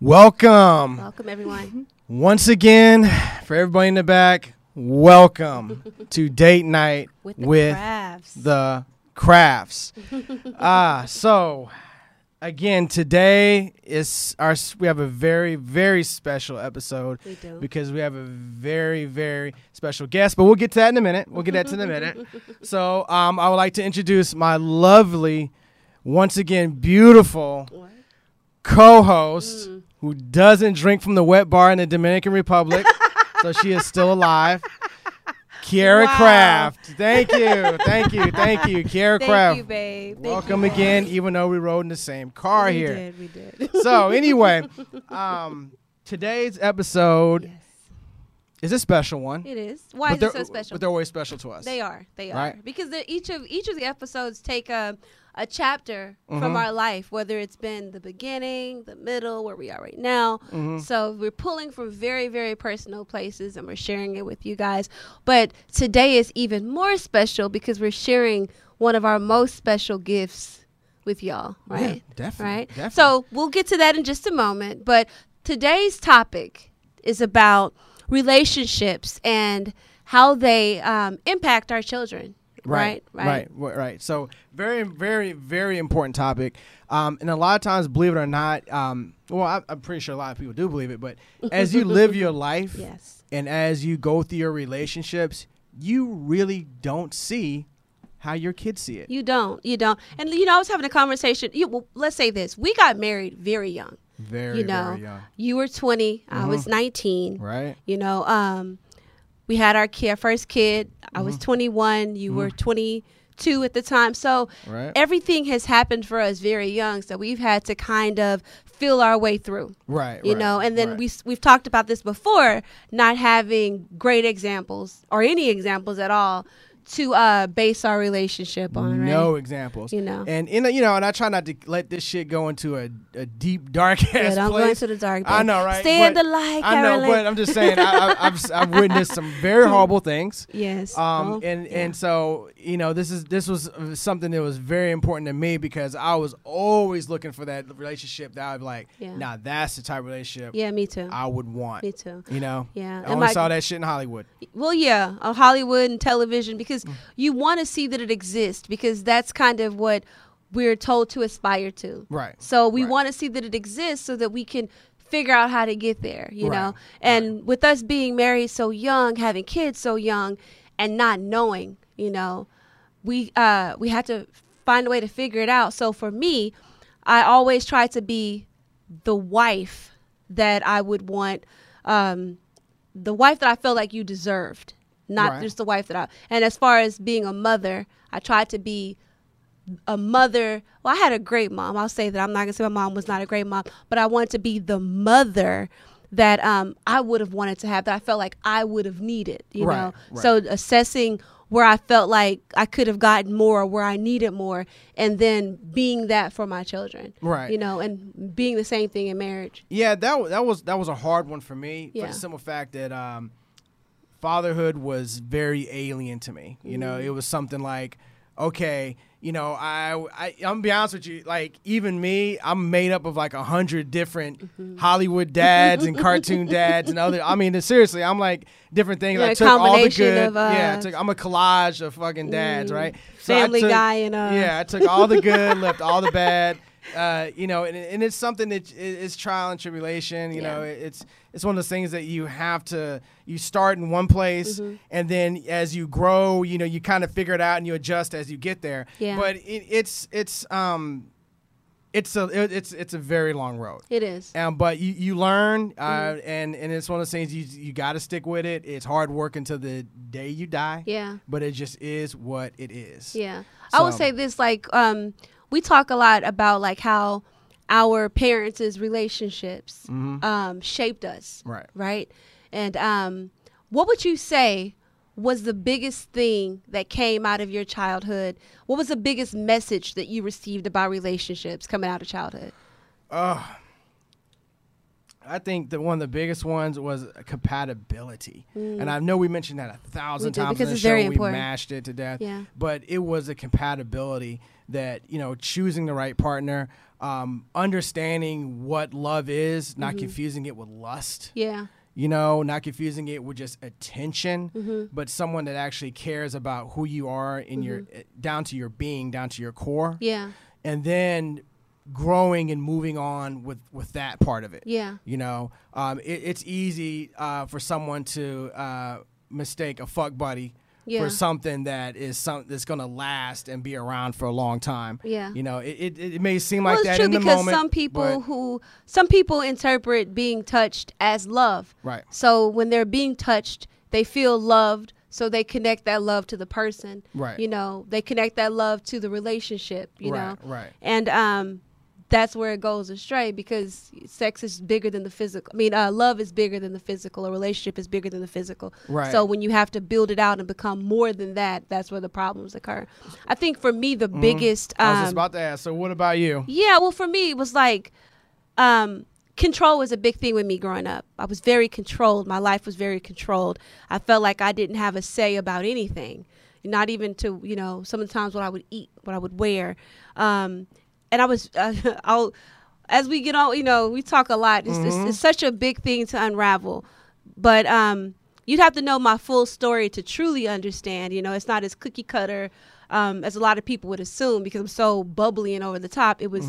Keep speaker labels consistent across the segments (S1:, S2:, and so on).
S1: Welcome
S2: Welcome, everyone.
S1: once again for everybody in the back. Welcome to date night
S2: With the
S1: with
S2: crafts.
S1: the crafts. Ah, so again, today is our s- we have a very very special episode
S2: we do.
S1: because we have a very very special guest, but we'll get to that in a minute. We'll get that to in a minute. So, um, I would like to introduce my lovely, once again beautiful
S2: What?
S1: co-host
S3: Mm.
S1: who doesn't drink from the wet bar in the Dominican Republic, so she is still alive. Kiara
S3: Wow.
S1: Craft, thank you, thank you, thank you, Kiara
S3: Thank
S1: Craft.
S3: you, babe. Thank
S1: Welcome
S3: you.
S1: again, even though we rode in the same car
S3: we
S1: here.
S3: did. We did.
S1: So anyway, um, today's episode
S3: yes,
S1: is a special one.
S3: it is. Why
S1: but
S3: is it
S1: they're-
S3: so special?
S1: But they're always special to us.
S3: They are. They are.
S1: Right.
S3: Because they're- each of each of the episodes take a a chapter
S1: Mhm.
S3: from our life, whether it's been the beginning, the middle, where we are right now.
S1: Mm-hmm.
S3: So we're pulling from very, very personal places, and we're sharing it with you guys. But today is even more special because we're sharing one of our most special gifts with y'all.
S1: Yeah,
S3: Right.
S1: definitely.
S3: right?
S1: Definitely.
S3: So we'll get to that in just a moment. But today's topic is about relationships and how they um, impact our children. Right,
S1: right, right, right, right. So very, very, very important topic. Um, and a lot of times, believe it or not, um, well, I, I'm pretty sure a lot of people do believe it. But as you live your life,
S3: Yes.
S1: and as you go through your relationships, you really don't see how your kids see it.
S3: You don't. You don't. And you know, I was having a conversation. You, well, let's say this: we got married very young.
S1: Very,
S3: you know,
S1: very young, Mm-hmm.
S3: you were 20, I was 19.
S1: right?
S3: You know, um, we had our kid, our first kid. I was
S1: Mm-hmm.
S3: 21. You were 22 at the time. So
S1: Right.
S3: everything has happened for us very young. So we've had to kind of feel our way through.
S1: Right,
S3: You
S1: right,
S3: know, and then
S1: right.
S3: we s- we've talked about this before, not having great examples or any examples at all to uh, base our relationship on. Right?
S1: No examples.
S3: You know.
S1: And in a, you know, and I try not to let this shit go into a, a deep dark ass
S3: Yeah, don't go
S1: place.
S3: into the dark,
S1: I
S3: babe.
S1: know, right?
S3: Stay in
S1: But-
S3: the light,
S1: I know,
S3: Carolyn.
S1: but I'm just saying, I, I, I've s- I've witnessed some very horrible things.
S3: Yes.
S1: Um,
S3: Well,
S1: and
S3: yeah.
S1: and so you know, this is this was uh, something that was very important to me because I was always looking for that relationship that I'd be like,
S3: Yeah.
S1: now that's the type of relationship
S3: yeah, me too.
S1: I would want.
S3: me too.
S1: You know,
S3: Yeah,
S1: I
S3: and
S1: only
S3: my-
S1: saw that shit in Hollywood.
S3: Well, yeah, uh, Hollywood and television because
S1: Mm.
S3: you want to see that it exists because that's kind of what we're told to aspire to.
S1: Right.
S3: So we
S1: Right.
S3: want to see that it exists so that we can figure out how to get there, you
S1: Right,
S3: know? And with us being married so young, having kids so young, and not knowing, you know, we uh, we had to find a way to figure it out. So for me, I always try to be the wife that I would want, um, the wife that I felt like you deserved, not
S1: Right.
S3: just the wife that I. And as far as being a mother, I tried to be a mother. Well, I had a great mom. I'll say that. I'm not gonna say my mom was not a great mom, but I wanted to be the mother that um, I would have wanted to have. That I felt like I would have needed. You
S1: Right,
S3: know.
S1: right.
S3: So assessing where I felt like I could have gotten more, or where I needed more, and then being that for my children.
S1: Right.
S3: You know, and being the same thing in marriage.
S1: Yeah, that wa- that was that was a hard one for me for
S3: Yeah.
S1: the simple fact that um, fatherhood was very alien to me. You know,
S3: Mm-hmm.
S1: it was something like, okay, you know, I, I I'm gonna be honest with you, like even me, I'm made up of like a hundred different
S3: Mm-hmm.
S1: Hollywood dads and cartoon dads and other. I mean, seriously, I'm like different things.
S3: You're
S1: I
S3: a
S1: took all the
S3: combination
S1: good.
S3: of, uh, mm,
S1: yeah, I took, I'm a collage of fucking dads, right? So I
S3: Family
S1: took-
S3: Guy and, uh,
S1: yeah, I took all the good, left all the bad. Uh, you know, and, and it's something that i- it's trial and tribulation. You
S3: Yeah.
S1: know, it- it's it's one of those things that you have to you start in one place,
S3: Mm-hmm.
S1: and then as you grow, you know, you kind of figure it out and you adjust as you get there.
S3: Yeah.
S1: But it, it's it's um, it's a it, it's it's a very long road.
S3: It is.
S1: Um, but you, you learn, uh,
S3: Mm-hmm.
S1: and and it's one of those things you you got to stick with it. It's hard work until the day you die.
S3: Yeah.
S1: But it just is what it is.
S3: Yeah. I will
S1: So-
S3: say this like um we talk a lot about like how our parents' relationships um shaped us.
S1: Mm-hmm. Right.
S3: Right? And um what would you say was the biggest thing that came out of your childhood? What was the biggest message that you received about relationships coming out of childhood?
S1: I think that one of the biggest ones was compatibility, and I know we mentioned that a thousand
S3: do,
S1: times
S3: Mm. because
S1: in the
S3: it's
S1: show.
S3: very
S1: we
S3: important.
S1: mashed it to death,
S3: Yeah.
S1: but it was a compatibility that you know choosing the right partner, um, understanding what love is,
S3: Mm-hmm.
S1: not confusing it with lust.
S3: Yeah.
S1: You know, not confusing it with just attention,
S3: Mm-hmm.
S1: but someone that actually cares about who you are in your
S3: Mm-hmm.
S1: eh, down to your being, down to your core
S3: Yeah.
S1: and then growing and moving on with with that part of it
S3: Yeah.
S1: you know um it, it's easy uh for someone to uh mistake a fuck buddy
S3: Yeah.
S1: for something that is some that's gonna last and be around for a long time
S3: Yeah.
S1: you know it it, it may seem like
S3: well,
S1: that
S3: it's true
S1: in the
S3: because
S1: moment
S3: some people
S1: but-
S3: who some people interpret being touched as love.
S1: Right.
S3: So when they're being touched, they feel loved, so they connect that love to the person.
S1: Right.
S3: You know, they connect that love to the relationship. You
S1: Right,
S3: know.
S1: right.
S3: And um, that's where it goes astray because sex is bigger than the physical. I mean, uh, love is bigger than the physical. A relationship is bigger than the physical.
S1: Right.
S3: So when you have to build it out and become more than that, that's where the problems occur. I think for me, the biggest. Um,
S1: Mm-hmm. i was just about to ask so what about you
S3: yeah, well, for me, it was like um, control was a big thing with me growing up. I was very controlled. My life was very controlled. I felt like I didn't have a say about anything, not even to you know sometimes what I would eat, what I would wear, um, and I was uh, I'll. As we get on, you know, we talk a lot. It's, it's, it's such a big thing to unravel, but um, you'd have to know my full story to truly understand. You know, it's not as cookie cutter um, as a lot of people would assume because I'm so bubbly and over the top. It was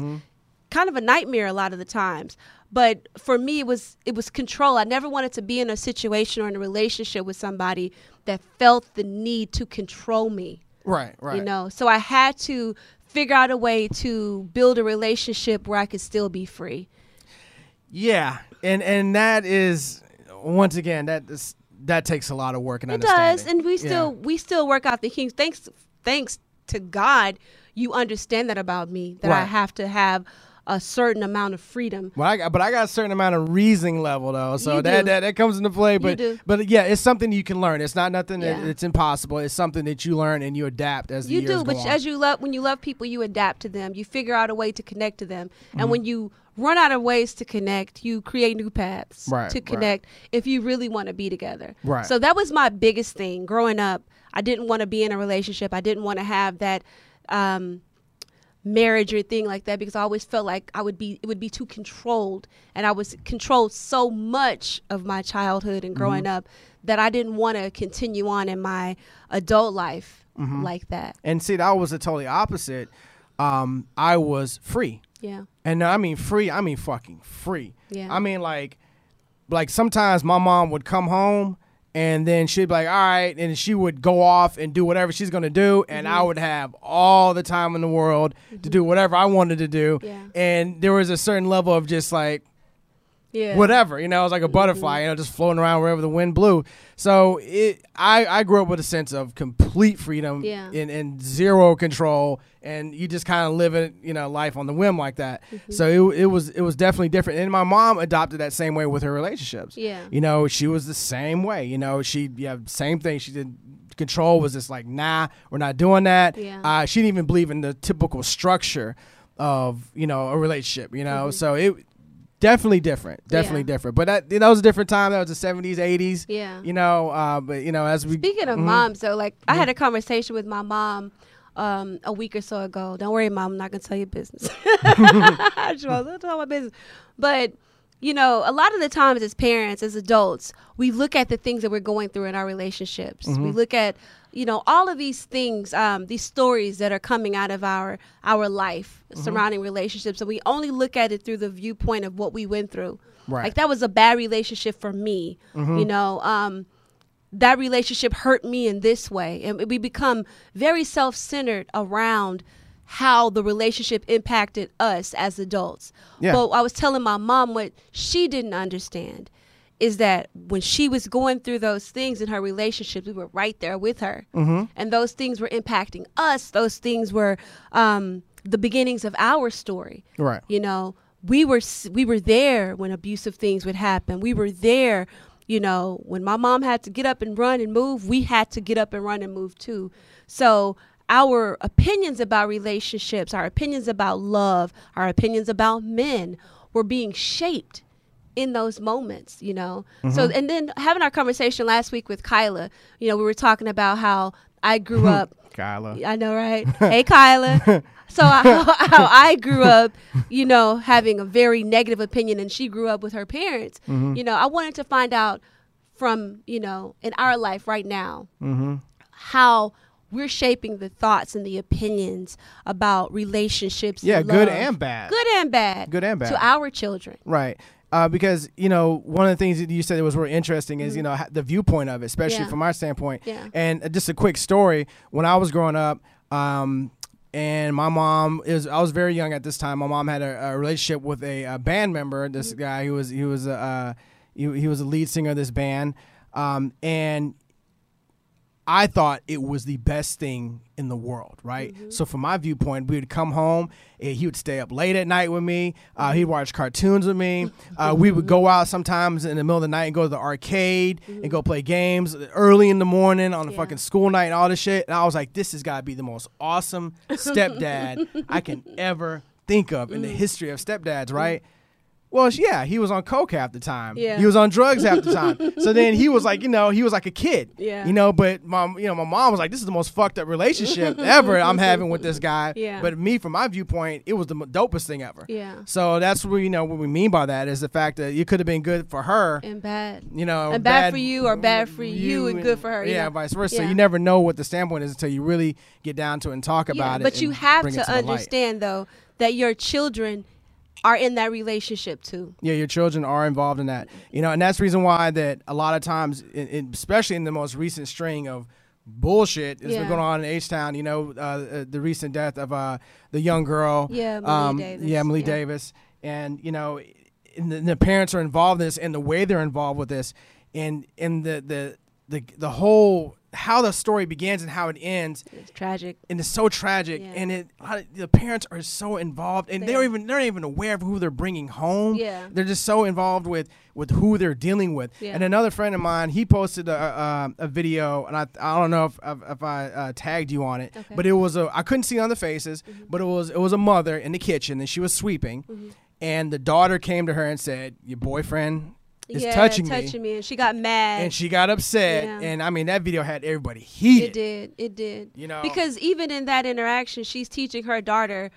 S3: kind of a nightmare a lot of the times. But for me, it was it was control. I never wanted to be in a situation or in a relationship with somebody that felt the need to control me.
S1: right right
S3: You know, so I had to figure out a way to build a relationship where I could still be free.
S1: yeah and and that is once again that is that takes a lot of work and
S3: It does,
S1: understanding.
S3: and we
S1: Yeah.
S3: still we still work out the kinks. Thanks, thanks to God, you understand that about me that I
S1: Right.
S3: have to have a certain amount of freedom.
S1: Well, I, got- but I got a certain amount of reasoning level though, so
S3: You
S1: that,
S3: do.
S1: that that comes into play. But
S3: do.
S1: but yeah, it's something you can learn. It's not nothing that
S3: Yeah.
S1: it's impossible. It's something that you learn and you adapt as the
S3: You
S1: years
S3: do,
S1: go
S3: but
S1: on.
S3: as you love, when you love people, you adapt to them. You figure out a way to connect to them,
S1: Mm-hmm.
S3: and when you run out of ways to connect, you create new paths
S1: Right,
S3: to
S1: right.
S3: connect if you really want to be together.
S1: Right.
S3: So that was my biggest thing growing up. I didn't want to be in a relationship. I didn't want to have that. Um, marriage or thing like that because I always felt like I would be it would be too controlled and I was controlled so much of my childhood
S1: Mm-hmm.
S3: and growing up that I didn't want to continue on in my adult life
S1: Mm-hmm.
S3: like that.
S1: and see, that was the totally opposite. Um, I was free,
S3: Yeah.
S1: and I mean free. I mean fucking free.
S3: Yeah.
S1: I mean like like sometimes my mom would come home. And then she'd be like, "All right," and she would go off and do whatever she's gonna do, and
S3: Mm-hmm.
S1: I would have all the time in the world to do whatever I wanted to do.
S3: Yeah.
S1: And there was a certain level of just like,
S3: Yeah. Mm-hmm.
S1: whatever you know it was like a butterfly you know just floating around wherever the wind blew so it i i grew up with a sense of complete freedom
S3: Yeah.
S1: and, and zero control and you just kind of live it you know life on the whim like that so
S3: Mm-hmm.
S1: it, it was it was definitely different and my mom adopted that same way with her relationships
S3: Yeah.
S1: you know she was the same way you know she yeah same thing she did control was just like nah we're not doing that
S3: Yeah.
S1: uh, she didn't even believe in the typical structure of you know a relationship you know so it definitely different definitely
S3: Mm-hmm. Yeah.
S1: different but that, that was a different time that was the 70s 80s
S3: Yeah.
S1: you know uh, but you know as we mm-hmm.
S3: Speaking of moms, though, like I had a conversation with my mom um, a week or so ago. Don't worry, mom, I'm not gonna tell your business. I just won't tell my business. But you know, a lot of the times as parents, as adults, we look at the things that we're going through in our relationships.
S1: Mm-hmm.
S3: We look at you know all of these things, um, these stories that are coming out of our our life
S1: Mm-hmm.
S3: surrounding relationships, and we only look at it through the viewpoint of what we went through.
S1: Right. Mm-hmm.
S3: Like that was a bad relationship for me. You know. Um, that relationship hurt me in this way. And we become very self centered around how the relationship impacted us as adults.
S1: Yeah.
S3: But I was telling my mom what she didn't understand is that when she was going through those things in her relationship, we were right there with her. And those things were impacting us, those things were um, the beginnings of our story
S1: right
S3: you know we were s- we were there when abusive things would happen we were there you know when my mom had to get up and run and move we had to get up and run and move too so our opinions about relationships our opinions about love our opinions about men were being shaped in those moments, you know. So and then having our conversation last week with Kyla, you know, we were talking about how I grew up
S1: Kyla.
S3: I know, right? hey, Kyla. So how, how I grew up, you know, having a very negative opinion, and she grew up with her parents.
S1: Mm-hmm.
S3: You know, I wanted to find out from you know in our life right now
S1: Mm-hmm.
S3: how we're shaping the thoughts and the opinions about relationships.
S1: Yeah, good
S3: love.
S1: and bad.
S3: Good and bad.
S1: Good and bad.
S3: to our children.
S1: Right. Uh, because you know one of the things that you said that was really interesting is you know ha- the viewpoint of it, especially
S3: Mm-hmm. Yeah.
S1: from our standpoint.
S3: Yeah.
S1: And uh, just a quick story: when I was growing up, um, and my mom is I was very young at this time. My mom had a, a relationship with a, uh band member. This
S3: Mm-hmm.
S1: guy, he was he was a uh, he, he was a lead singer of this band, um, and I thought it was the best thing in the world, right?
S3: Mm-hmm.
S1: So from my viewpoint, we would come home. eh, he would stay up late at night with me. Uh, he'd watch cartoons with me. Uh, we would go out sometimes in the middle of the night and go to the arcade and go play games early in the morning on a
S3: Mm-hmm. Yeah.
S1: fucking school night and all this shit. And I was like, this has got to be the most awesome stepdad I can ever think of in the
S3: Mm.
S1: history of stepdads, right? Well, sh- yeah, he was on coke half the time.
S3: Yeah.
S1: He was on drugs half the time. so then he was like, you know, he was like a kid.
S3: Yeah.
S1: You know, but mom, you know, my mom was like, this is the most fucked up relationship ever I'm having with this guy.
S3: Yeah.
S1: But me, from my viewpoint, it was the mo- dopest thing ever.
S3: Yeah.
S1: So that's what you know what we mean by that is the fact that it could have been good for her.
S3: And bad.
S1: You know,
S3: and bad for you or bad for you and good for her, you
S1: Yeah,
S3: know.
S1: vice versa.
S3: Yeah.
S1: You never know what the standpoint is until you really get down to it and talk about it.
S3: But you
S1: and
S3: have
S1: bring it
S3: to,
S1: the light.
S3: understand though that your children are in that relationship too.
S1: Yeah, your children are involved in that. You know, and that's the reason why that a lot of times, in, in, especially in the most recent string of bullshit that's
S3: Yeah.
S1: been going on in H Town. You know, uh, uh, the recent death of uh, the young girl. um,
S3: Yeah, Malia Davis.
S1: Yeah, Emily
S3: Yeah.
S1: Davis, and you know, and the, the parents are involved in this, and the way they're involved with this, and and the the the the whole how the story begins and how it ends
S3: It's tragic.
S1: and it's so tragic
S3: Yeah.
S1: and it a lot of- the parents are so involved and they
S3: They
S1: don't
S3: are.
S1: even they're not even aware of who they're bringing home
S3: Yeah.
S1: they're just so involved with with who they're dealing with
S3: Yeah.
S1: and another friend of mine he posted a, a, a video and I, I don't know if, if, if i uh, tagged you on it
S3: Okay. Mm-hmm.
S1: but it was a i couldn't see on the faces but it was it was a mother in the kitchen and she was sweeping and the daughter came to her and said your boyfriend is
S3: yeah,
S1: touching, me
S3: me. and she got mad.
S1: and she got upset
S3: Yeah.
S1: and i mean that video had everybody heated
S3: It did. It did.
S1: You know?
S3: because even in that interaction, she's teaching her daughter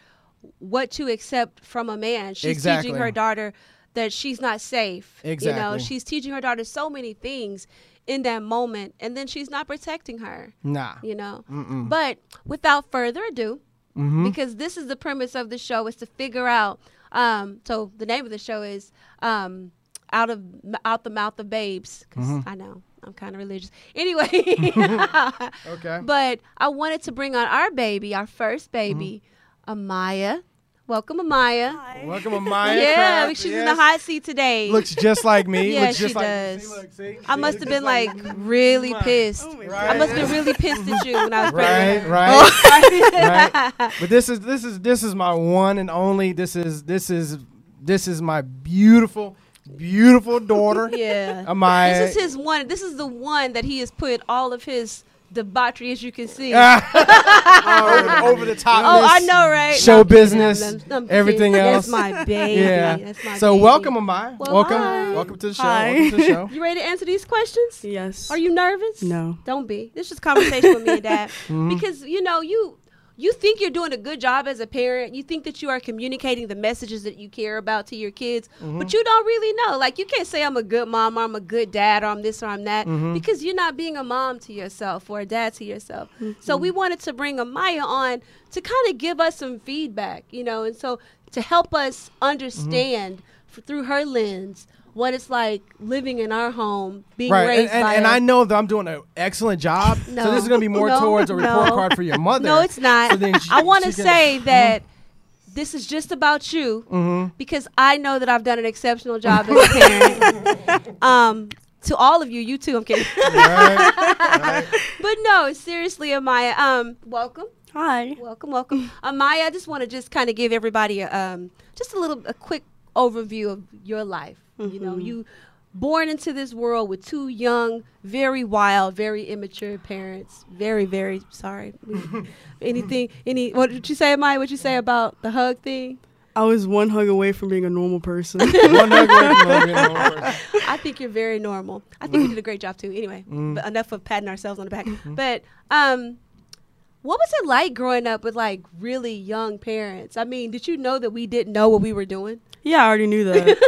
S3: what to accept from a man. She's
S1: Exactly.
S3: teaching her daughter that she's not safe. You know,
S1: Exactly.
S3: she's teaching her daughter so many things in that moment, and then she's not protecting her.
S1: nah
S3: You know, but without further ado,
S1: Mm-hmm.
S3: because this is the premise of the show is to figure out. Um, so the name of the show is um, out of out the mouth of babes. 'cause
S1: Mm-hmm.
S3: I know I'm kind of religious. Anyway,
S1: okay
S3: But I wanted to bring on our baby, our first
S1: Mm-hmm.
S3: baby, Amaya. Welcome, Amaya.
S1: Welcome, Amaya.
S3: Yeah,
S1: Craft,
S3: she's in the
S1: yes.
S3: hot seat today.
S1: Looks just like me.
S3: Yeah,
S1: looks just
S3: she
S1: like,
S3: does.
S1: See, look, see?
S3: I
S1: She
S3: must have
S1: looks
S3: been
S1: just
S3: like really
S2: Mwah.
S3: pissed.
S2: Oh my
S1: Right.
S3: I must have been really pissed at you when I was pregnant.
S1: right, right, right. But this is this is this is my one and only. This is this is this is my beautiful, beautiful daughter.
S3: Yeah.
S1: Amaya.
S3: This is his one. This is the one that he has put all of his debauchery, as you can see.
S1: Ah, Oh, over the top.
S3: oh, I know, right?
S1: show
S3: No, I'm kidding.
S1: business,
S3: I'm- I'm kidding.
S1: everything else.
S3: That's my baby.
S1: Yeah.
S3: That's my
S1: so
S3: baby.
S1: welcome, um, Amaya.
S3: Well,
S1: welcome,
S3: hi.
S1: welcome to the show.
S2: Hi.
S1: Welcome to the show.
S3: You ready to answer these questions?
S2: Yes.
S3: Are you nervous?
S2: No.
S3: Don't be. This is conversation with me and dad because you know you you think you're doing a good job as a parent. You think that you are communicating the messages that you care about to your kids, but you don't really know. Like you can't say I'm a good mom or I'm a good dad or I'm this or I'm that because you're not being a mom to yourself or a dad to yourself. So we wanted to bring Amaya on to kind of give us some feedback, you know, and so to help us understand f- through her lens what it's like living in our home, being
S1: Right, and,
S3: raised
S1: and,
S3: by
S1: and
S3: a-
S1: I know that I'm doing an excellent job. So
S3: No.
S1: this is going to be more
S3: No,
S1: towards a report
S3: no.
S1: card for your mother.
S3: No, it's not.
S1: So then she-
S3: I want to
S1: she hmm? can-
S3: say that this is just about you
S1: Mm-hmm.
S3: because I know that I've done an exceptional job as a parent. um, to all of you, you too. I'm kidding, but no, seriously, Amaya. Um, welcome,
S2: Hi.
S3: welcome, welcome, Amaya. I just want to just kind of give everybody a, um just a little a quick overview of your life. You know, you born into this world with two young, very wild, very immature parents. Very, very sorry. Anything, any? What did you say, Amaya? What you say about the hug thing?
S2: I was one hug away from being a normal person.
S1: One hug away from being a normal person.
S3: I think you're very normal. I think you did a great job too. Anyway, but enough of patting ourselves on the back. But um, what was it like growing up with like really young parents? I mean, did you know that we didn't know what we were doing?
S2: yeah, I already knew that.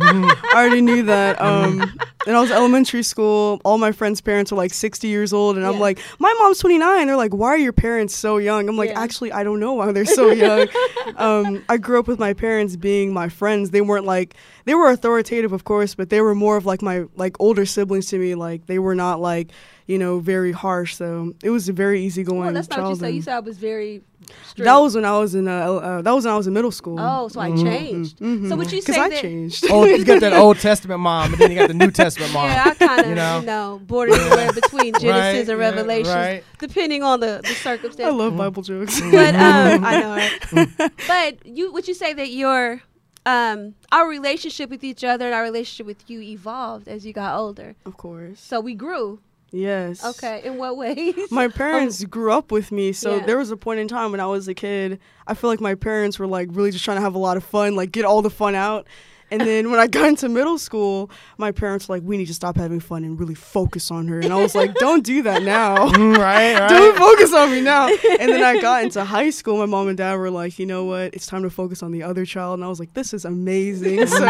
S2: I already knew that. Um, and I was elementary school. All my friends' parents were like 60 years old, and I'm
S3: Yeah.
S2: like, my mom's 29. They're like, why are your parents so young? I'm like,
S3: Yeah.
S2: actually, I don't know why they're so young. um, I grew up with my parents being my friends. They weren't like they were authoritative, of course, but they were more of like my like older siblings to me. Like they were not like you know very harsh. So it was a very easygoing.
S3: Well, that's not what you said.
S2: childhood.
S3: You said I was very. Strict.
S2: That was when I was in uh, el- uh, that was when I was in middle school.
S3: Oh, so I changed. So would you
S2: because
S3: say
S2: I
S3: that?
S2: changed. Oh,
S1: Old, Oh, you got that Old Testament mom, and then you got the New Testament mom.
S3: Yeah, I kind of you
S1: You know?
S3: know, border anywhere between Genesis
S1: Right, yeah,
S3: and Revelations,
S1: right.
S3: depending on the the
S2: I
S3: circumstance.
S2: love Bible jokes.
S3: but um, I know, right? but you would you say that your um, our relationship with each other and our relationship with you evolved as you got older?
S2: of course.
S3: So we grew.
S2: Yes.
S3: Okay, in what ways?
S2: My parents grew up with me, so
S3: Yeah.
S2: there was a point in time when I was a kid. I feel like my parents were like really just trying to have a lot of fun, like get all the fun out. And then when I got into middle school, my parents were like, "We need to stop having fun and really focus on her." And I was like, "Don't do that now."
S1: Mm, right, right.
S2: Don't focus on me now. And then I got into high school. My mom and dad were like, you know what? It's time to focus on the other child. And I was like, this is amazing. So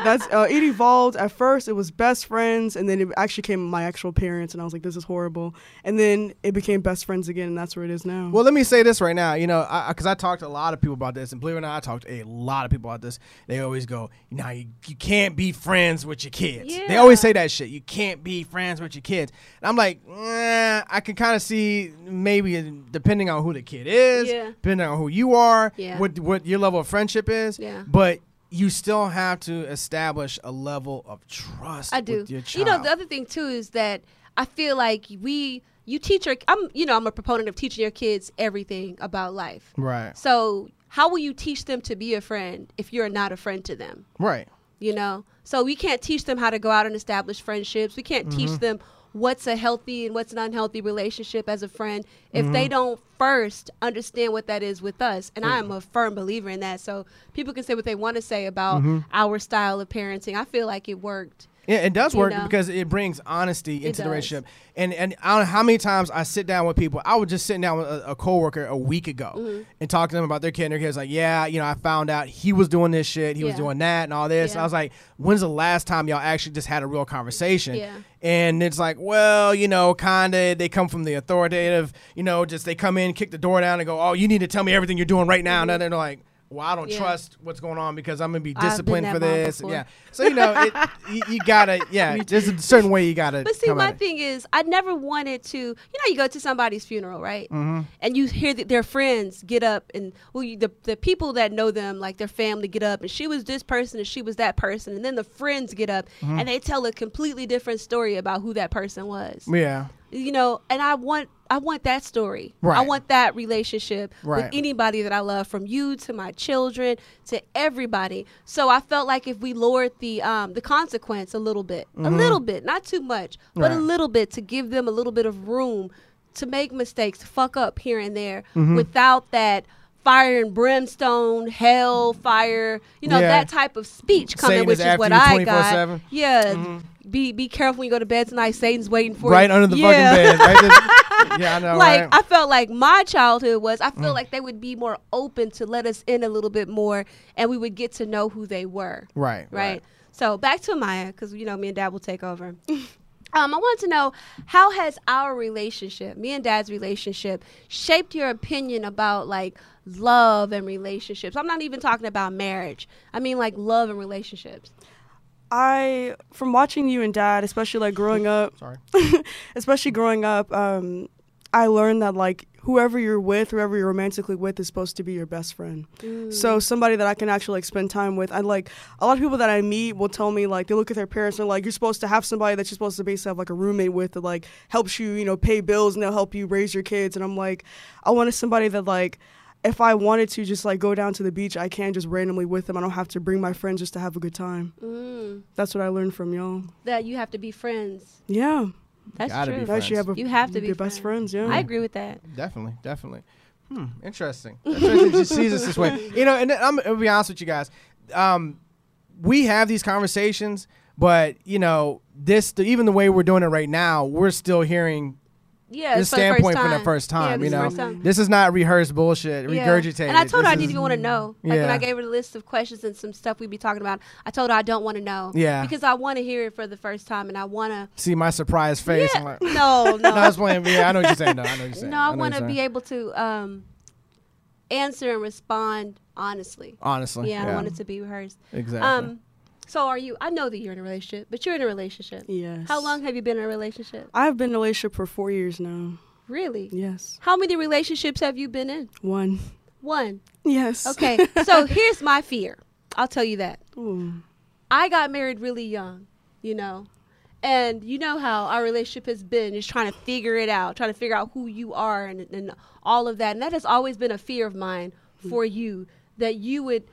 S2: that's uh, it evolved. At first, it was best friends, and then it actually came my actual parents. And I was like, this is horrible. And then it became best friends again, and that's where it is now.
S1: Well, let me say this right now. You know, because I, talked to a lot of people about this, and believe it or not, I talked to a lot of people about this. They always go, "Now you, you can't be friends with your kids." They always
S3: Yeah.
S1: say that shit. You can't be friends with your kids. And I'm like, eh, I can kind of see maybe depending on who the kid is,
S3: Yeah.
S1: depending on who you are,
S3: Yeah.
S1: what what your level of friendship is.
S3: Yeah.
S1: But you still have to establish a level of trust.
S3: I do.
S1: With your
S3: You know,
S1: child.
S3: the other thing too is that I feel like we you teach your I'm you know I'm a proponent of teaching your kids everything about life.
S1: right,
S3: So how will you teach them to be a friend if you're not a friend to them?
S1: right.
S3: you know so we can't teach them how to go out and establish friendships we can't
S1: Mm-hmm.
S3: teach them what's a healthy and what's an unhealthy relationship as a friend if
S1: Mm-hmm.
S3: they don't first understand what that is with us and i am a firm believer in that so people can say what they want to say about
S1: Mm-hmm.
S3: our style of parenting i feel like it worked
S1: Yeah, it does work
S3: know?
S1: because it brings honesty into the
S3: does.
S1: relationship. And and I don't know how many times I sit down with people. I was just sitting down with a, a coworker a week ago
S3: Mm-hmm.
S1: and talking to them about their kid. And their kid's like, yeah, you know, I found out he was doing this shit, he was
S3: Yeah.
S1: doing that, and all this. And
S3: Yeah.
S1: I was like, when's the last time y'all actually just had a real conversation?
S3: Yeah.
S1: And it's like, well, you know, kinda. They come from the authoritative, you know, just they come in, kick the door down, and go, oh, you need to tell me everything you're doing right now. And then they're like. Well, I don't
S3: Mm-hmm. Yeah.
S1: trust what's going on because I'm gonna be
S3: I've been
S1: disciplined
S3: that
S1: for
S3: mom
S1: this.
S3: before.
S1: Yeah, so you know, it, you, you gotta, yeah. There's a certain way you gotta.
S3: But see,
S1: come
S3: my
S1: at it.
S3: thing is, I never wanted to. You know, you go to somebody's funeral, right?
S1: Mm-hmm.
S3: And you hear that their friends get up, and well, you, the the people that know them, like their family, get up, and she was this person, and she was that person, and then the friends get up,
S1: Mm-hmm.
S3: and they tell a completely different story about who that person was.
S1: Yeah,
S3: You know, and I want I want that story. I
S1: Right.
S3: want that relationship
S1: Right.
S3: with anybody that I love, from you to my children to everybody. So I felt like if we lowered the um, the consequence a little bit, a little bit, not too much, but
S1: Mm-hmm.
S3: a
S1: Right.
S3: little bit to give them a little bit of room to make mistakes, to fuck up here and there,
S1: Mm-hmm.
S3: without that fire and brimstone, hell, fire, you know,
S1: Yeah.
S3: that type of speech coming,
S1: Satan
S3: which
S1: is
S3: is
S1: after
S3: what
S1: you
S3: I got.
S1: 24/7.
S3: Yeah. Be be careful when you go to bed tonight. Satan's waiting for
S1: Mm-hmm. right
S3: you.
S1: under the
S3: Yeah.
S1: fucking bed. Right there. yeah, I know.
S3: like
S1: right? Mm.
S3: I felt like my childhood was. I feel like they would be more open to let us in a little bit more, and we would get to know who they were.
S1: right,
S3: Right. So back to Amaya, because you know me and Dad will take over. um, I wanted to know how has our relationship, me and Dad's relationship, shaped your opinion about like love and relationships. I'm not even talking about marriage. I mean like love and relationships.
S2: I, from watching you and dad, especially like growing up,
S1: Sorry.
S2: especially growing up, um, I learned that like whoever you're with, whoever you're romantically with, is supposed to be your best friend. So somebody that I can actually like spend time with. I like a lot of people that I meet will tell me like they look at their parents and they're like you're supposed to have somebody that you're supposed to basically have like a roommate with that like helps you you know pay bills and they'll help you raise your kids. And I'm like, I wanted somebody that like. If I wanted to just like go down to the beach, I can just randomly with them. I don't have to bring my friends just to have a good time.
S3: Mm,
S2: That's what I learned from y'all.
S3: that you have to be friends.
S2: Yeah,
S3: That's
S1: Gotta be
S3: true.
S1: friends.
S2: that you have a
S3: You have to be
S1: Mm.
S2: your best friends. Yeah,
S3: I agree with that.
S1: Definitely, definitely. Hmm, interesting. Interesting she sees us this way. You know, and I'm, I'll be honest with you guys. Um, we have these conversations, but you know, this even the way we're doing it right now, we're still hearing
S3: Yeah,
S1: this
S3: it's for the first
S1: standpoint from the
S3: time.
S1: first
S3: Yeah,
S1: time. you
S3: this is the
S1: know,
S3: first time.
S1: this is not rehearsed bullshit,
S3: Yeah.
S1: regurgitated.
S3: And I told her I
S1: This
S3: didn't
S1: is-
S3: even want to know. Like when
S1: Yeah.
S3: I gave her the list of questions and some stuff we'd be talking about, I told her I don't want to know.
S1: Yeah.
S3: Because I want to hear it for the first time and I want to.
S1: see my surprised face. I'm like,
S3: No,
S1: no, I
S3: no.
S1: was playing. Yeah, I know what you're saying. No, I know what you're saying.
S3: no, I
S1: know
S3: want
S1: what
S3: to
S1: you're
S3: be
S1: saying.
S3: able to um, answer and respond honestly.
S1: honestly.
S3: Yeah, I want it to be rehearsed.
S1: exactly.
S3: Um, so are you? I know that you're in a relationship, but you're in a relationship.
S2: Yes.
S3: How long have you been in a relationship?
S2: I've been in a relationship for four years now.
S3: Really?
S2: Yes.
S3: How many relationships have you been in?
S2: One.
S3: One.
S2: Yes.
S3: Okay. so here's my fear. I'll tell you that.
S2: Ooh.
S3: I got married really young, you know. And you know how our relationship has been, just trying to figure it out, trying to figure out who you are and, and all of that. And that has always been a fear of mine
S2: Hmm.
S3: for you that you would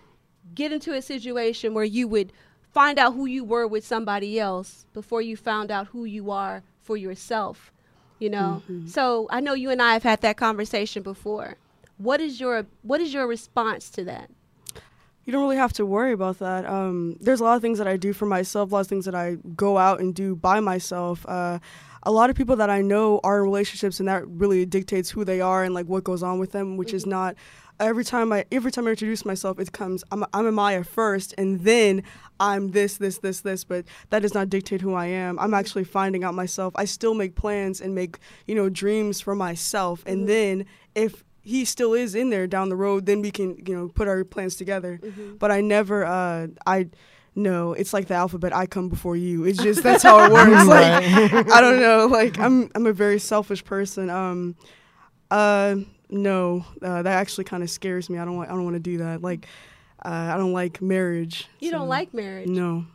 S3: get into a situation where you would find out who you were with somebody else before you found out who you are for yourself, you know.
S1: Mm-hmm.
S3: So I know you and I have had that conversation before. What is your what is your response to that?
S2: You don't really have to worry about that. Um, there's a lot of things that I do for myself, a lot of things that I go out and do by myself. Uh, a lot of people that I know are in relationships, and that really dictates who they are and like what goes on with them, which is not. Every time I every time I introduce myself, it comes I'm I'm Amaya first, and then I'm this this this this. But that does not dictate who I am. I'm actually finding out myself. I still make plans and make you know dreams for myself, and then if he still is in there down the road, then we can, you know, put our plans together.
S3: Mm-hmm.
S2: But I never, uh, I, no, it's like the alphabet. I come before you. It's just that's how it works. Like I don't know. Like I'm, I'm a very selfish person. Um, uh, no, uh, that actually kind of scares me. I don't want, I don't want to do that. Like, uh, I don't like marriage.
S3: You
S2: so-
S3: don't like marriage.
S2: No.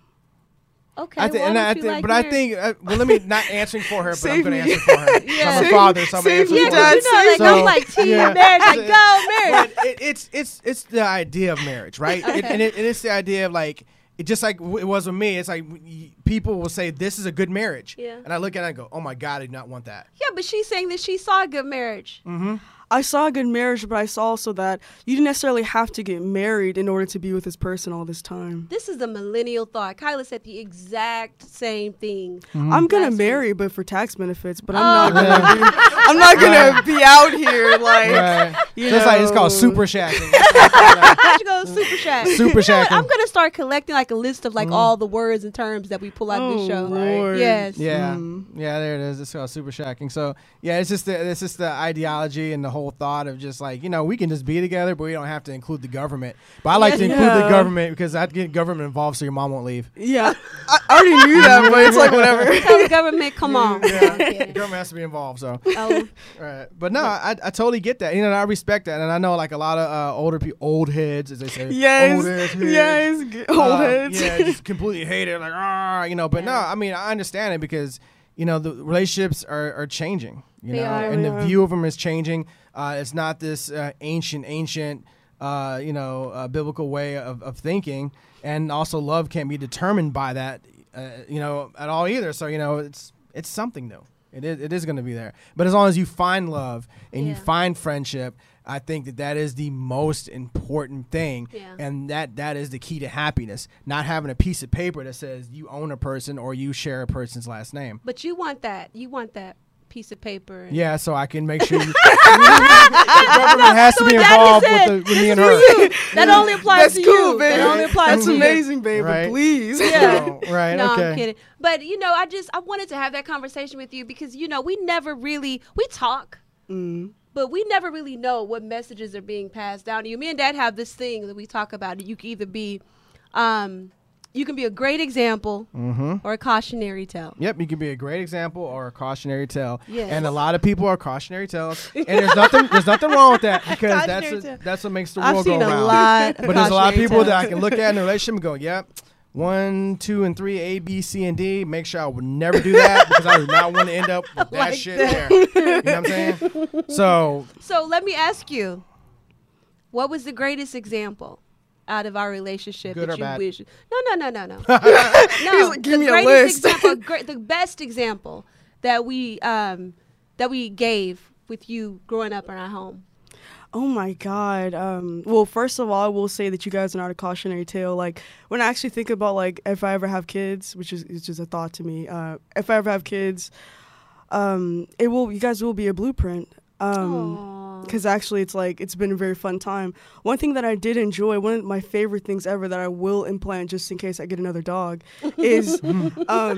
S3: Okay.
S1: I thi-
S3: why
S1: and
S3: don't
S1: I
S3: you
S1: thi-
S3: like
S1: but I
S3: marriage?
S1: think, uh, well, let me not answering for her, but I'm
S2: Save
S1: going to
S2: me.
S1: answer for her.
S3: Yeah.
S1: I'm a
S3: Save-
S1: father, so I'm going
S2: save
S1: to
S2: me,
S1: answer for
S3: Yeah,
S2: Dad.
S1: her.
S3: because you know, like,
S1: So-
S3: I'm like, team
S1: yeah.
S3: marriage, like,
S1: So-
S3: go marriage.
S1: But it, it's it's it's the idea of marriage, right? It- and, it, and it's the idea of like it just like w- it was with me. It's like y- people will say this is a good marriage,
S3: Yeah.
S1: and I look at it and go, oh my god, I do not want that.
S3: Yeah, but she's saying that she saw a good marriage.
S1: Mm.
S2: I saw a good marriage, but I saw also that you didn't necessarily have to get married in order to be with this person all this time.
S3: This is a millennial thought. Kyla said the exact same thing.
S1: Mm.
S2: I'm gonna
S3: That's
S2: marry, but for tax benefits. But I'm
S3: Oh.
S2: not gonna. Be, I'm not gonna be out here like. you
S1: Just like it's called
S2: know.
S1: super shacking.
S3: Why don't you go super shack?
S1: Super Mm.
S3: You know what?
S1: shacking.
S3: I'm gonna start collecting like a list of like all the words and terms that we pull out of
S2: Oh,
S3: this show.
S2: Lord.
S3: Yes.
S1: Yeah,
S2: Mm.
S1: yeah, there it is. It's called super shacking. So yeah, it's just the, it's just the ideology and the whole thought of just like you know we can just be together, but we don't have to include the government. But I like to include the
S2: Yeah.
S1: government because I get government involved so your mom won't leave.
S2: Yeah, I, I already knew that, but it's like whatever.
S3: Tell the government, come on.
S1: Yeah,
S3: Okay.
S1: government has to be involved. So
S3: Oh,
S1: Right. But no, I, I totally get that. You know, and I respect that. And I know like a lot of uh, older people, old heads, as they say.
S2: Yes,
S1: Old ass heads.
S2: yes, g-
S1: Uh,
S2: old heads.
S1: Yeah, just completely hate it. Like, ah, you know. But no, I mean, I understand it because, you know, the relationships are, are changing, you
S3: They
S1: know,
S3: are.
S1: and
S2: They
S1: the
S2: are.
S1: view of them is changing. Uh, it's not this uh, ancient, ancient, uh, you know, uh, biblical way of, of thinking. And also, love can't be determined by that, uh, you know, at all either. So, you know, it's it's something new. It is, it is going to be there. But as long as you find love and you
S3: Yeah.
S1: find friendship, I think that that is the most important thing.
S3: Yeah.
S1: And that that is the key to happiness. Not having a piece of paper that says you own a person or you share a person's last name.
S3: but you want that. You want that piece of paper. and-
S1: Yeah, so I can make sure you, the government has to be
S3: what Daddy
S1: involved with,
S3: said.
S1: the, with me and her.
S3: For you. That only applies
S2: That's
S3: to
S2: cool,
S3: you.
S2: babe.
S3: That only applies
S2: That's
S3: to you.
S2: amazing, babe.
S1: Right.
S2: But please,
S3: Yeah.
S1: So, right.
S3: no,
S1: okay.
S3: I'm kidding. But you know, I just I wanted to have that conversation with you because you know we never really we talk,
S1: Mm-hmm.
S2: Mm.
S3: but we never really know what messages are being passed down to you. Me and Dad have this thing that we talk about. You can either be, um, you can be a great example or a cautionary tale.
S1: Yep, Mm-hmm. you can be a great example or a cautionary tale.
S3: Yes.
S1: And a lot of people are cautionary tales, and there's nothing there's nothing wrong with that because that's
S2: Cautionary
S1: a,
S2: tale.
S1: that's what makes the world
S3: I've seen
S1: go
S3: a
S1: round.
S3: lot, of
S1: but there's a lot of
S3: cautionary
S1: people
S3: tales.
S1: that I can look at in a relationship and go, yep, one, two, and three, A, B, C, and D. Make sure I would never do that because I do not want to end up with that
S3: Like
S1: shit there. You know what I'm saying? So
S3: So let me ask you, what was the greatest example out of our relationship
S1: Good
S3: that
S1: or
S3: you
S1: bad?
S3: wish? No, no, no, no, no. no,
S2: like, "Give
S3: the
S2: me a
S3: greatest
S2: list."
S3: example, gre- the best example that we um, that we gave with you growing up in our home.
S2: Oh my god. Um, well, first of all, I will say that you guys are not a cautionary tale. Like when I actually think about like if I ever have kids, which is is just a thought to me. Uh, if I ever have kids, um, it will. You guys will be a blueprint. Um,
S3: Aw.
S2: because actually, it's like it's been a very fun time. One thing that I did enjoy, one of my favorite things ever that I will implant just in case I get another dog, is um,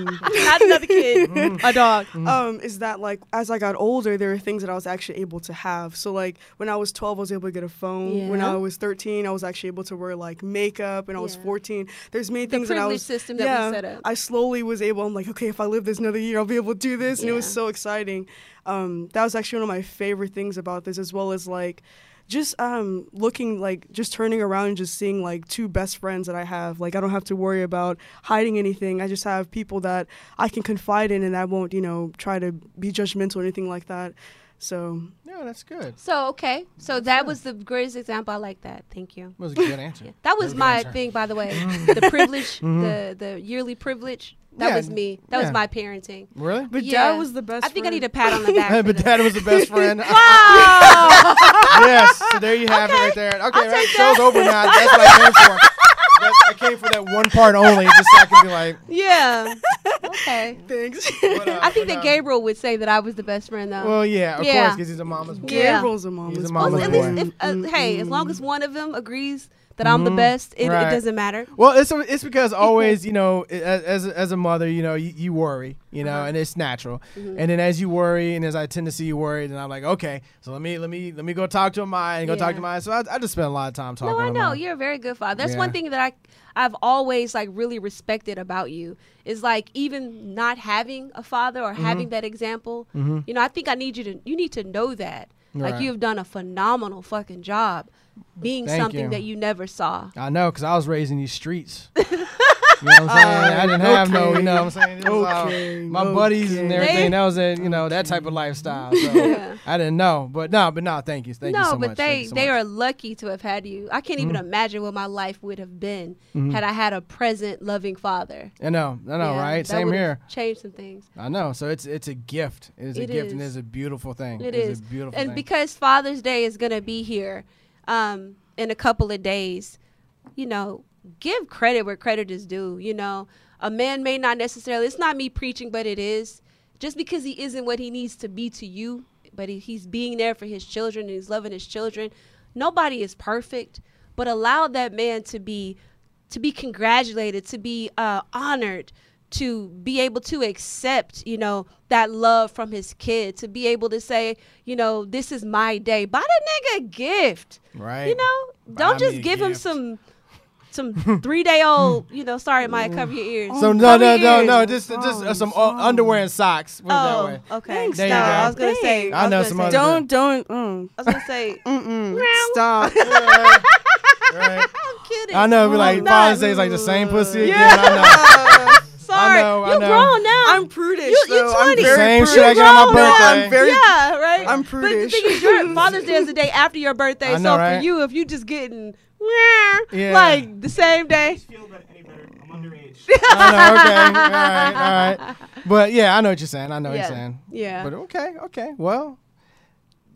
S3: Not another kid, a dog.
S2: um, is that like as I got older, there were things that I was actually able to have. So like when I was 12, I was able to get a phone. When
S3: Yeah.
S2: I was 13, I was actually able to wear like makeup. And I was
S3: Yeah.
S2: 14. There's many
S3: The
S2: things that I
S3: privilege
S2: was.
S3: system that
S2: yeah,
S3: we set up.
S2: I slowly was able. I'm like, okay, if I live this another year, I'll be able to do this, and it was
S3: Yeah.
S2: so exciting. Um, that was actually one of my favorite things about this, as well as like. Just um, looking like just turning around and just seeing like two best friends that I have. Like I don't have to worry about hiding anything. I just have people that I can confide in, and I won't you know try to be judgmental or anything like that. So
S1: Yeah, that's good.
S3: so okay, so that was the greatest example. I like that. Thank you.
S1: That was a good answer.
S3: Yeah. That was
S1: Good
S3: my
S1: answer. Mm-hmm.
S3: thing, by the way. the privilege, the the yearly privilege. That
S1: Yeah,
S3: was me. That
S1: yeah.
S3: was my parenting.
S1: Really?
S2: But
S3: Yeah.
S2: dad was the best.
S3: I think I
S2: friend.
S3: need a pat on the back. for
S1: but
S3: that.
S1: dad was the best friend.
S3: Oh,
S1: yes. So there you have it right there. Okay, right, show's over now. That's what I came for. That, I came for that one part only, just so I could be like.
S3: yeah. Okay.
S2: Thanks.
S1: But, uh,
S3: I think
S1: but,
S3: that
S1: uh,
S3: Gabriel would say that I was the best friend, though.
S1: Well, yeah, of
S3: Yeah.
S1: course, because he's a mama's boy.
S3: Yeah.
S2: Gabriel's a mama's,
S1: He's a
S3: Well,
S1: mama's
S3: at
S1: boy. Mm-hmm.
S3: least, if, uh, hey, as long as one of them agrees that I'm the
S1: Mhm.
S3: best, it,
S1: Right.
S3: it doesn't matter.
S1: Well, it's it's because always, you know, a- as as a mother, you know, you, you worry, you
S3: Uh-huh.
S1: know, and it's natural.
S3: Mm-hmm.
S1: And then as you worry, and as I tend to see you worried, and I'm like, okay, so let me let me let me go talk to my and go talk
S3: Yeah.
S1: to my. So I, I just spend a lot of time talking.
S3: No, I
S1: to
S3: know
S1: mine.
S3: you're a very good father. That's
S1: Yeah.
S3: one thing that I, I've always like really respected about you is like even not having a father
S1: Mm-hmm.
S3: or having that example. You know, I think I need you to. You need to know that.
S1: Right.
S3: Like you have done a phenomenal fucking job being
S1: Thank
S3: something
S1: you.
S3: that you never saw.
S1: I know, cause I was raised in these streets. you know what I'm saying? I didn't
S3: Uh,
S1: have no, you know what I'm saying? It was all
S2: Okay,
S1: my buddies and
S2: okay.
S1: everything.
S3: They-
S1: that was a, you know, that type of lifestyle. So
S3: Yeah.
S1: I didn't know, but no, but no, thank you, thank
S3: no,
S1: you so
S3: but
S1: much.
S3: they
S1: thank you so much.
S3: they
S1: Mm-hmm.
S3: are lucky to have had you. I can't even imagine what my life would have been had I had a present, loving father.
S1: I know, Mm-hmm. I know,
S3: Yeah,
S1: right?
S3: that
S1: Same
S3: would've
S1: here.
S3: Changed some things.
S1: I know. So it's it's a gift. It is a
S3: It
S1: gift, and
S3: is.
S1: it's a beautiful thing.
S3: It
S1: it's
S3: is
S1: a beautiful
S3: and
S1: thing.
S3: because Father's Day is gonna be here um, in a couple of days, you know, give credit where credit is due. You know, a man may not necessarily. It's not me preaching, but it is just because he isn't what he needs to be to you, but he, he's being there for his children and he's loving his children. Nobody is perfect, but allow that man to be to be congratulated, to be uh, honored, to be able to accept, you know, that love from his kid, to be able to say, you know, this is my day. Buy that nigga a gift.
S1: right?
S3: You know,
S1: Buy
S3: don't
S1: me
S3: just
S1: a
S3: give him
S1: gift.
S3: some some three day old, you know, sorry, Maya, cover your ears.
S1: So
S2: Oh,
S1: no, no, no, no.
S2: please.
S1: Just just uh,
S2: Oh,
S1: some uh, underwear and socks. Put it that
S3: oh,
S1: way.
S3: okay.
S2: Thanks,
S1: There you
S3: no,
S1: go.
S3: I was gonna say
S1: I
S3: was
S1: know
S3: gonna
S1: some
S3: say-
S1: other-
S2: don't don't. Mm,
S3: I was gonna say
S2: mm-mm. Stop.
S1: Right, right.
S3: I'm kidding.
S1: I know. It'd be like
S3: I'm
S1: Father's
S3: not.
S1: Day is like the same pussy again.
S2: Yeah.
S1: I know.
S3: Sorry,
S1: know, I
S3: you
S1: know.
S3: grown now.
S2: I'm prudish.
S3: You- you
S2: though. I'm
S3: 20.
S2: very
S1: Same
S2: prudish.
S1: shit I got on my
S3: grown now.
S1: birthday.
S2: I'm very
S3: yeah, right.
S2: I'm
S3: But the
S2: prudish.
S3: thing is, your Father's Day is the day after your
S1: I
S3: birthday.
S1: know,
S3: so
S1: right?
S3: for you, if you just getting
S1: Yeah.
S3: like the same day,
S4: feel better, any better. I'm underage.
S1: I know. Okay. All right. All right. But yeah, I know what you're saying. I know
S3: yeah,
S1: what you're saying.
S3: yeah,
S1: But okay. Okay. Well,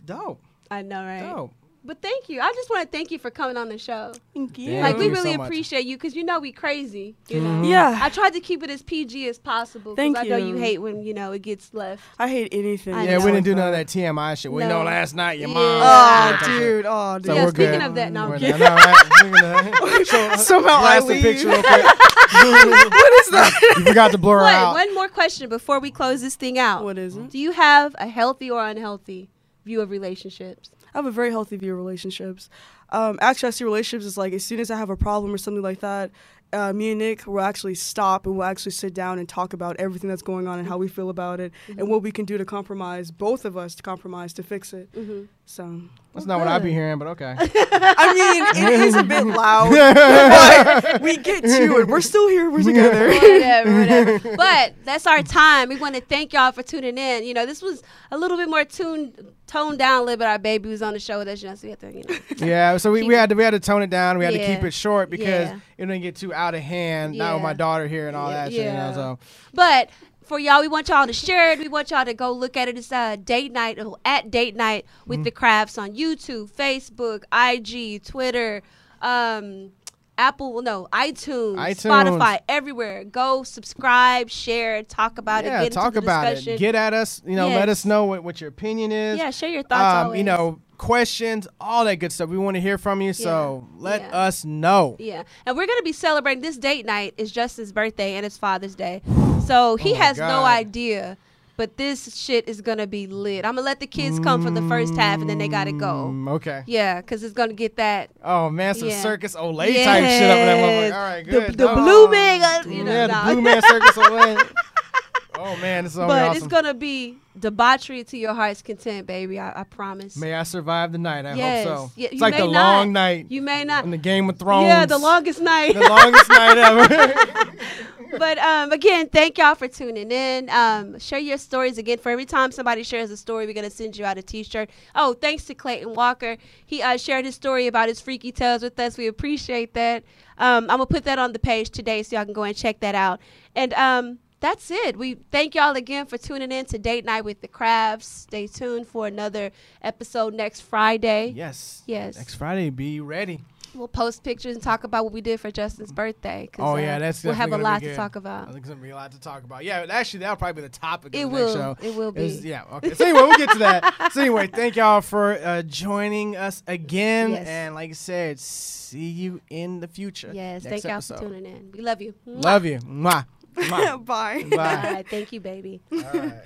S1: dope.
S3: I know, right?
S1: Dope.
S3: But thank you. I just want to thank you for coming on the show.
S2: Thank you.
S1: Yeah.
S3: like we
S1: you so
S3: really
S1: much. Mm-hmm.
S3: appreciate you because you know we crazy. You know.
S2: Yeah.
S3: I tried to keep it as PG as possible because
S2: Thank
S3: I know
S2: you.
S3: you hate when you know it gets left.
S2: I hate anything.
S3: I
S1: Yeah,
S3: know.
S1: we didn't do none of that TMI shit. We
S3: No.
S1: know last night your
S3: Yeah.
S1: mom.
S2: Oh,
S3: Oh,
S2: dude. Oh, dude.
S1: So
S3: yeah,
S1: we're
S3: speaking
S1: good.
S3: of that, no, I'm
S1: We're
S3: kidding.
S1: done. All right. We're gonna-
S2: Somehow I
S1: Blast the
S2: leave.
S1: picture real quick. what is that? You forgot to blur
S3: Wait,
S1: out.
S3: one more question before we close this thing out.
S2: What is it?
S3: Do you have a healthy or unhealthy view of relationships?
S2: I have a very healthy view of relationships. Um, actually, I see relationships as like as soon as I have a problem or something like that, uh, me and Nick will actually stop and we'll actually sit down and talk about everything that's going on and how we feel about it
S3: Mm-hmm.
S2: and what we can do to compromise, both of us to compromise to fix it.
S3: Mm-hmm.
S2: So,
S1: That's not what I'd be hearing, but okay.
S2: I mean, it is a bit loud. but we get to it. We're still here. We're together.
S3: whatever, whatever. But that's our time. We want to thank y'all for tuning in. You know, this was a little bit more tuned, toned down a little bit. Our baby was on the show with us, you know, so we had to, you know.
S1: Yeah, so we, we
S3: Keep-
S1: had to we had to tone it down. We had to
S3: Yeah.
S1: keep it short because
S3: Yeah.
S1: it didn't get too out of hand. Now with
S3: Yeah.
S1: my daughter here and all
S3: Yeah.
S1: that shit. You know,
S3: Yeah.
S1: so
S3: But for y'all. We want y'all to share it. We want y'all to go look at it. It's uh, date night oh, at date night
S1: Mm-hmm.
S3: with the crafts on YouTube, Facebook, IG, Twitter, um, Apple, no, iTunes,
S1: iTunes.
S3: Spotify, everywhere. Go subscribe, share, talk about
S1: yeah,
S3: it. Get
S1: talk
S3: into the
S1: about
S3: discussion.
S1: it. Get at us. You know, let
S3: Yes.
S1: us know what, what your opinion is.
S3: yeah, share your thoughts.
S1: um, you
S3: always.
S1: know, questions, all that good stuff. We want to hear from you, so let
S3: yeah.
S1: us know.
S3: Yeah, and we're gonna be celebrating this date night is Justin's birthday and it's Father's Day, so he
S1: Oh my
S3: has no
S1: God.
S3: idea. But this shit is gonna be lit. I'm gonna let the kids come for the first half and then they gotta go.
S1: Mm, okay.
S3: Yeah, cause it's gonna get that
S1: Oh man, some
S3: Yeah.
S1: circus Olay type shit up in that motherfucker.
S3: Yes.
S1: All right,
S3: the,
S1: good.
S3: the
S1: No.
S3: blue man. uh, you know,
S1: yeah,
S3: nah.
S1: the blue man circus Olay. Oh man, this is gonna be
S3: but
S1: awesome.
S3: it's gonna be debauchery to your heart's content, baby. I, I promise.
S1: May I survive the night? I
S3: Yes.
S1: hope so.
S3: Yeah,
S1: it's
S3: you
S1: like
S3: may
S1: the
S3: not.
S1: long night
S3: you may not.
S1: in the Game of Thrones.
S3: Yeah, the longest night.
S1: the longest night ever.
S3: but um, again, thank y'all for tuning in. Um, share your stories again. For every time somebody shares a story, we're gonna send you out a T-shirt. Oh, thanks to Clayton Walker, he uh, shared his story about his freaky tales with us. We appreciate that. Um, I'm gonna put that on the page today, so y'all can go and check that out. And um, that's it. We thank y'all again for tuning in to Date Night with the Crabs. Stay tuned for another episode next Friday.
S1: yes.
S3: Yes.
S1: Next Friday, be ready.
S3: We'll post pictures and talk about what we did for Justin's birthday. 'cause,
S1: Oh
S3: uh,
S1: yeah, that's
S3: we'll have a
S1: definitely gonna be
S3: lot to
S1: good.
S3: talk
S1: I
S3: about.
S1: think there's gonna be a lot to talk about. Yeah, but actually, that'll probably be the topic.
S3: It
S1: of the next
S3: will.
S1: show.
S3: It will
S1: Is-
S3: be.
S1: yeah. Okay. So anyway, we'll get to that. So anyway, thank y'all for uh, joining us again.
S3: Yes.
S1: And like I said, see you in the future.
S3: Yes,
S1: Next
S3: thank y'all
S1: episode.
S3: for tuning in. We love you. Mwah.
S1: Love you. Mwah. Mwah.
S2: Bye.
S1: Bye.
S3: Bye. Thank you, baby.
S1: All right.